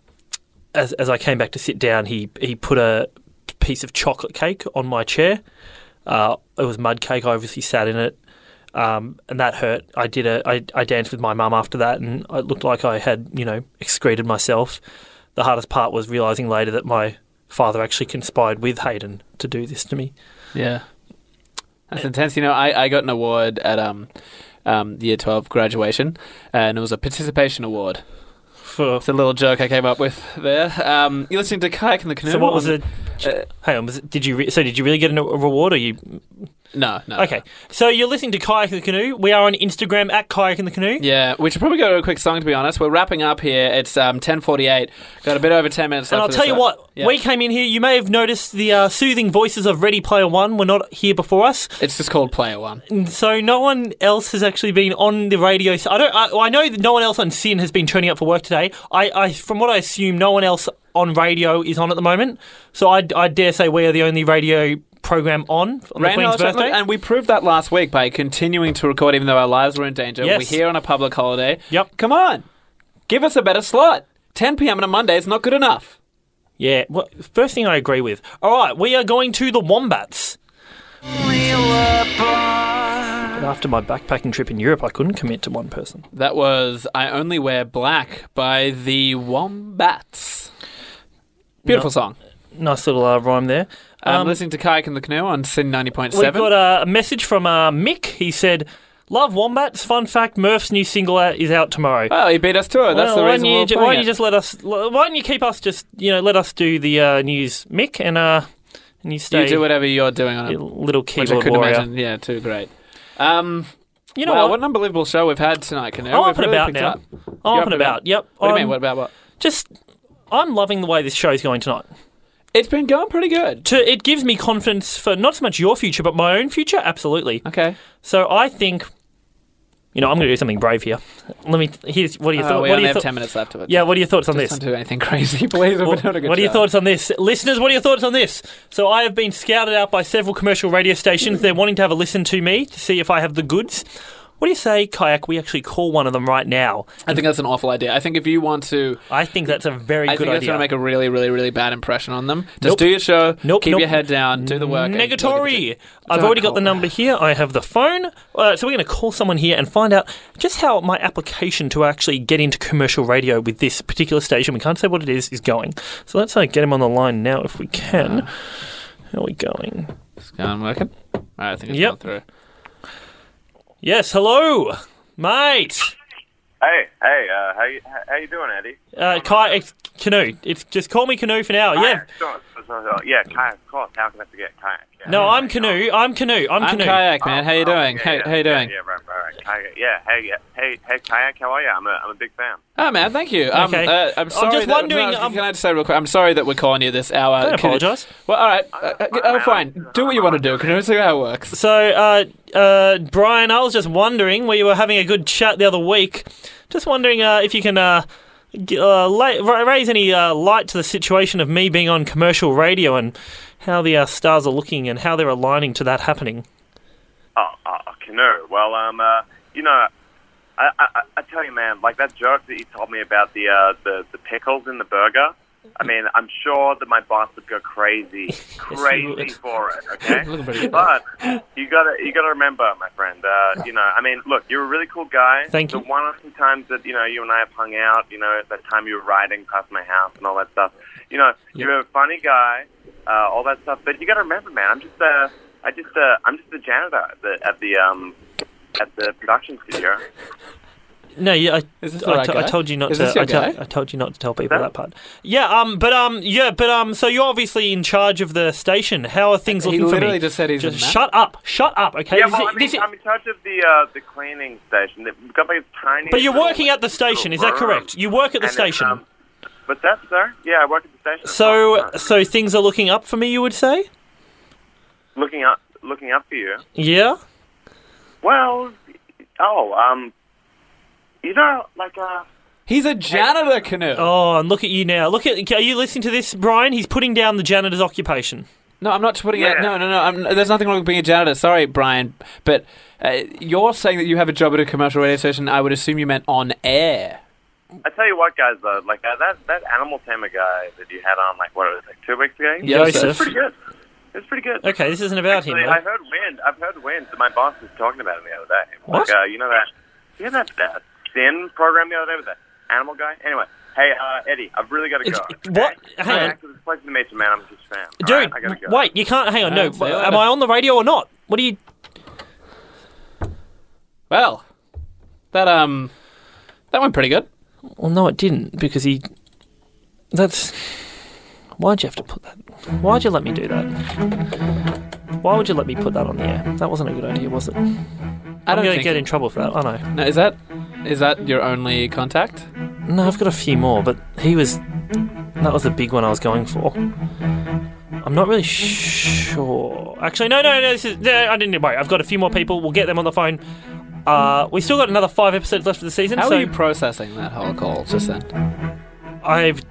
S1: as as I came back to sit down, he he put a piece of chocolate cake on my chair. Uh, it was mud cake. I obviously sat in it, um, and that hurt. I did a I, I danced with my mum after that, and it looked like I had you know excreted myself. The hardest part was realizing later that my father actually conspired with Hayden to do this to me.
S8: Yeah. That's intense. You know, I, I got an award at um, um, year 12 graduation, and it was a participation award.
S1: For
S8: it's a little joke I came up with there. Um, you're listening to Kayak in the Canoe.
S1: So what was
S8: on
S1: it? Hang on, was it- did you re- so did you really get a reward or you?
S8: No, no.
S1: Okay, so you're listening to Kayak in the Canoe. We are on Instagram at Kayak in the Canoe.
S8: Yeah, we should probably go to a quick song to be honest. We're wrapping up here. It's um, 10:48. Got a bit over 10 minutes
S1: And I'll
S8: left. for
S1: tell
S8: this
S1: you
S8: one.
S1: what,
S8: Yeah.
S1: we came in here. You may have noticed the uh, soothing voices of Ready Player One were not here before us.
S8: It's just called Player One.
S1: So no one else has actually been on the radio. So I don't. I, well, I know that no one else on Sin has been turning up for work today. I, I, from what I assume, no one else on radio is on at the moment. So I, I dare say we are the only radio program on on the
S8: Random
S1: Queen's
S8: Chapman,
S1: birthday.
S8: And we proved that Um, last week by continuing to record even though our lives were in danger.
S1: Yes.
S8: We're here on a public holiday.
S1: Yep.
S8: Come on. Give us a better slot. 10 p.m. on a Monday is not good enough.
S1: Yeah. Well, first thing I agree with. All right, we are going to the Wombats. But after my backpacking trip in Europe, I couldn't commit to one person.
S8: That was I Only Wear Black by the Wombats. Beautiful
S1: No.
S8: song.
S1: Nice little uh, rhyme there.
S8: I'm
S1: Um,
S8: listening to Kayak in the Canoe on Sin 90.7.
S1: We've got a- a message from uh, Mick. He said, "Love wombats." Fun fact: Murph's new single out- is out tomorrow.
S8: Oh, he beat us to it. That's the
S1: why
S8: reason
S1: don't you,
S8: we're
S1: ju- why
S8: playing
S1: don't you
S8: it.
S1: just let us? l- Why don't you keep us just you know let us do the uh, news, Mick, and uh, and you stay.
S8: you do whatever you're doing on
S1: You
S8: it.
S1: little
S8: Which I
S1: keyboard
S8: couldn't
S1: warrior.
S8: imagine. Yeah, too great. Um,
S1: you know
S8: wow,
S1: what?
S8: an unbelievable show we've had tonight, Canoe.
S1: I'm
S8: We've
S1: up and
S8: really
S1: about
S8: picked
S1: now.
S8: Up.
S1: I'm
S8: You're
S1: up and about. Yep.
S8: What do you
S1: I'm-
S8: mean? What about what?
S1: Just, I'm loving the way this show's going tonight.
S8: It's been going pretty good.
S1: To, it gives me confidence for not so much your future, but my own future. Absolutely.
S8: Okay.
S1: So I think, you know, I'm going to do something brave here. Let me. Here's what are your
S8: Uh,
S1: thoughts?
S8: we
S1: what are
S8: only
S1: your
S8: have
S1: thought-
S8: 10 minutes left of it.
S1: Yeah. What are your thoughts on
S8: Just
S1: this?
S8: Don't do anything [LAUGHS] crazy, please. We've been doing a good
S1: What are your
S8: job.
S1: thoughts on this? Listeners, what are your thoughts on this? So, I have been scouted out by several commercial radio stations. They're wanting to have a listen to me to see if I have the goods. What do you say, Kayak? We actually call one of them right now.
S8: I think that's an awful idea. I think if you want to,
S1: I think that's a very
S8: I
S1: good
S8: think that's
S1: idea.
S8: going to make a really, really, really bad impression on them. Just
S1: Nope.
S8: do your show.
S1: Nope,
S8: Keep
S1: nope.
S8: your head down. Do the work. and-
S1: Negatory. I've already got the number here. I have the phone. Uh, so, we're going to call someone here and find out just how my application to actually get into commercial radio with this particular station, we can't say what it is, is going. So, let's uh, get him on the line now if we can. How are we going?
S8: It's going working. All right, I think it's
S1: Yep.
S8: gone
S1: Yes, hello, mate.
S20: Hey, hey, uh, how you how you doing, Eddie?
S1: Uh, Kai, it's Canoe. It's just call me Canoe for now. Yeah.
S20: Kayak, sure. So- so- so- yeah, kayak, of course. How can I forget kayak? Yeah.
S1: No, I'm Canoe. I'm Canoe. I'm,
S8: I'm
S1: Canoe.
S8: Kayak, man. How you doing? How, how you doing?
S20: Oh, Yeah, right, right, right. Kayak, yeah, hey, yeah, hey, hey, kayak, how are you? I'm a I'm a big fan.
S8: Oh man, thank you. Um,
S20: Okay.
S8: uh, I'm
S20: I'm
S8: sorry.
S20: just
S8: that-
S20: wondering,
S8: no,
S20: um,
S8: can I just say real quick? I'm sorry that we're calling you this hour.
S1: Don't
S8: Can-
S1: apologise.
S8: Well, all right. Uh, uh, oh, fine. Do what you want to do. Can I see how it works?
S1: So, uh, uh, Brian, I was just wondering, we were having a good chat the other week. Just wondering uh, if you can uh, g- uh, la- ra- raise any uh, light to the situation of me being on commercial radio and how the uh, stars are looking and how they're aligning to that happening.
S20: Oh, oh, oh, canoe. Well, um, uh, you know, I, I I- I tell you, man, like that joke that you told me about the uh the the pickles in the burger. I mean, I'm sure that my boss would go crazy, crazy
S21: would.
S20: for it.
S21: Little
S20: Okay,
S21: bit.
S20: but you gotta you gotta remember, my friend. Uh, you know, I mean, look, you're a really cool guy.
S1: Thank
S20: the
S1: you.
S20: one or two times that you know you and I have hung out, you know, at that time you were riding past my house and all that stuff. You know, you're a funny guy, uh, all that stuff. But you gotta remember, man, I'm just uh, I just uh, I'm just the janitor at the at the um at the production studio.
S1: No, yeah, I,
S20: Is this
S1: I
S20: the right
S1: to- I
S20: guy?
S1: told you not
S20: Is
S1: to.
S20: this your
S1: I, tell-
S20: guy?
S1: I told you not to tell people that part. Yeah, um, but um, yeah, but um, so you're obviously in charge of the station. How are things
S20: He
S1: looking for me?
S20: literally just said he's
S1: Just
S20: in that.
S1: shut up, shut up, okay?
S20: yeah,
S1: This
S20: well,
S1: is-
S20: I mean,
S1: this is-
S20: I'm in charge of the uh, the cleaning station. They've got like a tiny.
S1: but you're
S20: little-
S1: working at the station, is that correct? You work at the
S20: And it's,
S1: station.
S20: um, What's that, sir? Yeah, I work at the station.
S1: so, so things are looking up for me. You would say?
S20: looking up, looking up for you.
S1: Yeah.
S20: Well, oh, um, you know, like uh,
S8: He's a janitor canoe.
S1: Oh, and look at you now. Look at. Are you listening to this, Brian? He's putting down the janitor's occupation.
S8: No, I'm not putting it. No, no, no. I'm, there's nothing wrong with being a janitor. Sorry, Brian, but uh, you're saying that you have a job at a commercial radio station. I would assume you meant on air.
S20: I tell you what, guys, though, like uh, that that animal tamer guy that you had on, like what was it, like two weeks ago?
S1: Joseph.
S20: It was pretty good. It was pretty good.
S1: Okay, this isn't about him,
S20: Actually,
S1: though.
S20: I heard wind. I've heard wind. My boss was talking about it the other day.
S1: What?
S20: Like, uh, you know that? You know that, that thin program the other day with that animal guy? Anyway, hey, uh, Eddie, I've really got to go.
S1: What?
S20: Hey,
S1: Hang on,
S20: actually, it's a pleasure to meet you, man. I'm a huge fan.
S1: dude.
S20: All right, I gotta go.
S1: Wait, you can't. Hang on. No,
S20: Alright, see you
S1: am
S20: later.
S1: I on the radio or not? What are you?
S8: Well, that um, that went pretty good.
S1: Well, no, it didn't because he. That's Why'd you have to put that? Why'd you let me do that? Why would you let me put that on the air? That wasn't a good idea, was it? I am
S8: don't
S1: going to
S8: think
S1: get
S8: it-
S1: in trouble for that, aren't I?
S8: Now, is that is that your only contact?
S1: No, I've got a few more, but he was. That was the big one I was going for. I'm not really sure. Actually, no, no, no. This is. No, I didn't worry. I've got a few more people. We'll get them on the phone. Uh, we still got another five episodes left of the season.
S8: How
S1: so
S8: are you processing that whole call just then?
S1: I've.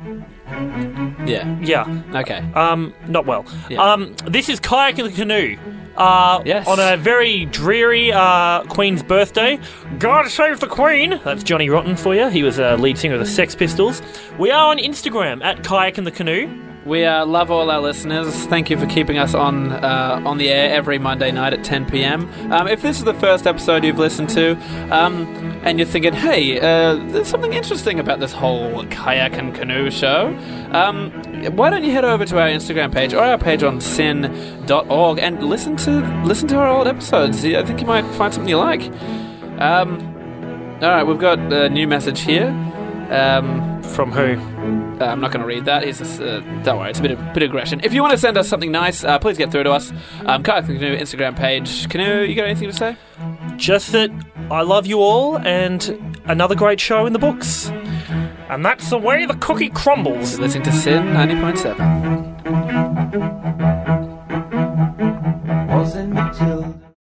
S8: Yeah.
S1: Yeah.
S8: Okay.
S1: Um, not well.
S8: Yeah.
S1: Um, this is kayak in the canoe. Uh, yes. On a very dreary uh, Queen's birthday. God save the Queen. That's Johnny Rotten for you. He was a lead singer of the Sex Pistols. We are on Instagram at kayak in the canoe.
S8: We uh, love all our listeners. Thank you for keeping us on uh, on the air every Monday night at 10 p.m. Um, if this is the first episode you've listened to, um, and you're thinking, "Hey, uh, there's something interesting about this whole kayak and canoe show," um, why don't you head over to our Instagram page or our page on sin.org and listen to listen to our old episodes? I think you might find something you like. Um, all right, we've got a new message here. Um,
S1: From who?
S8: Uh, I'm not going to read that. It's just, uh, don't worry, it's a bit of, bit of aggression. If you want to send us something nice, uh, please get through to us. Um, Kayak the Canoe Instagram page. Canoe, you got anything to say?
S1: Just that I love you all and another great show in the books. And that's the way the cookie crumbles.
S8: Listening to Sin 90.7.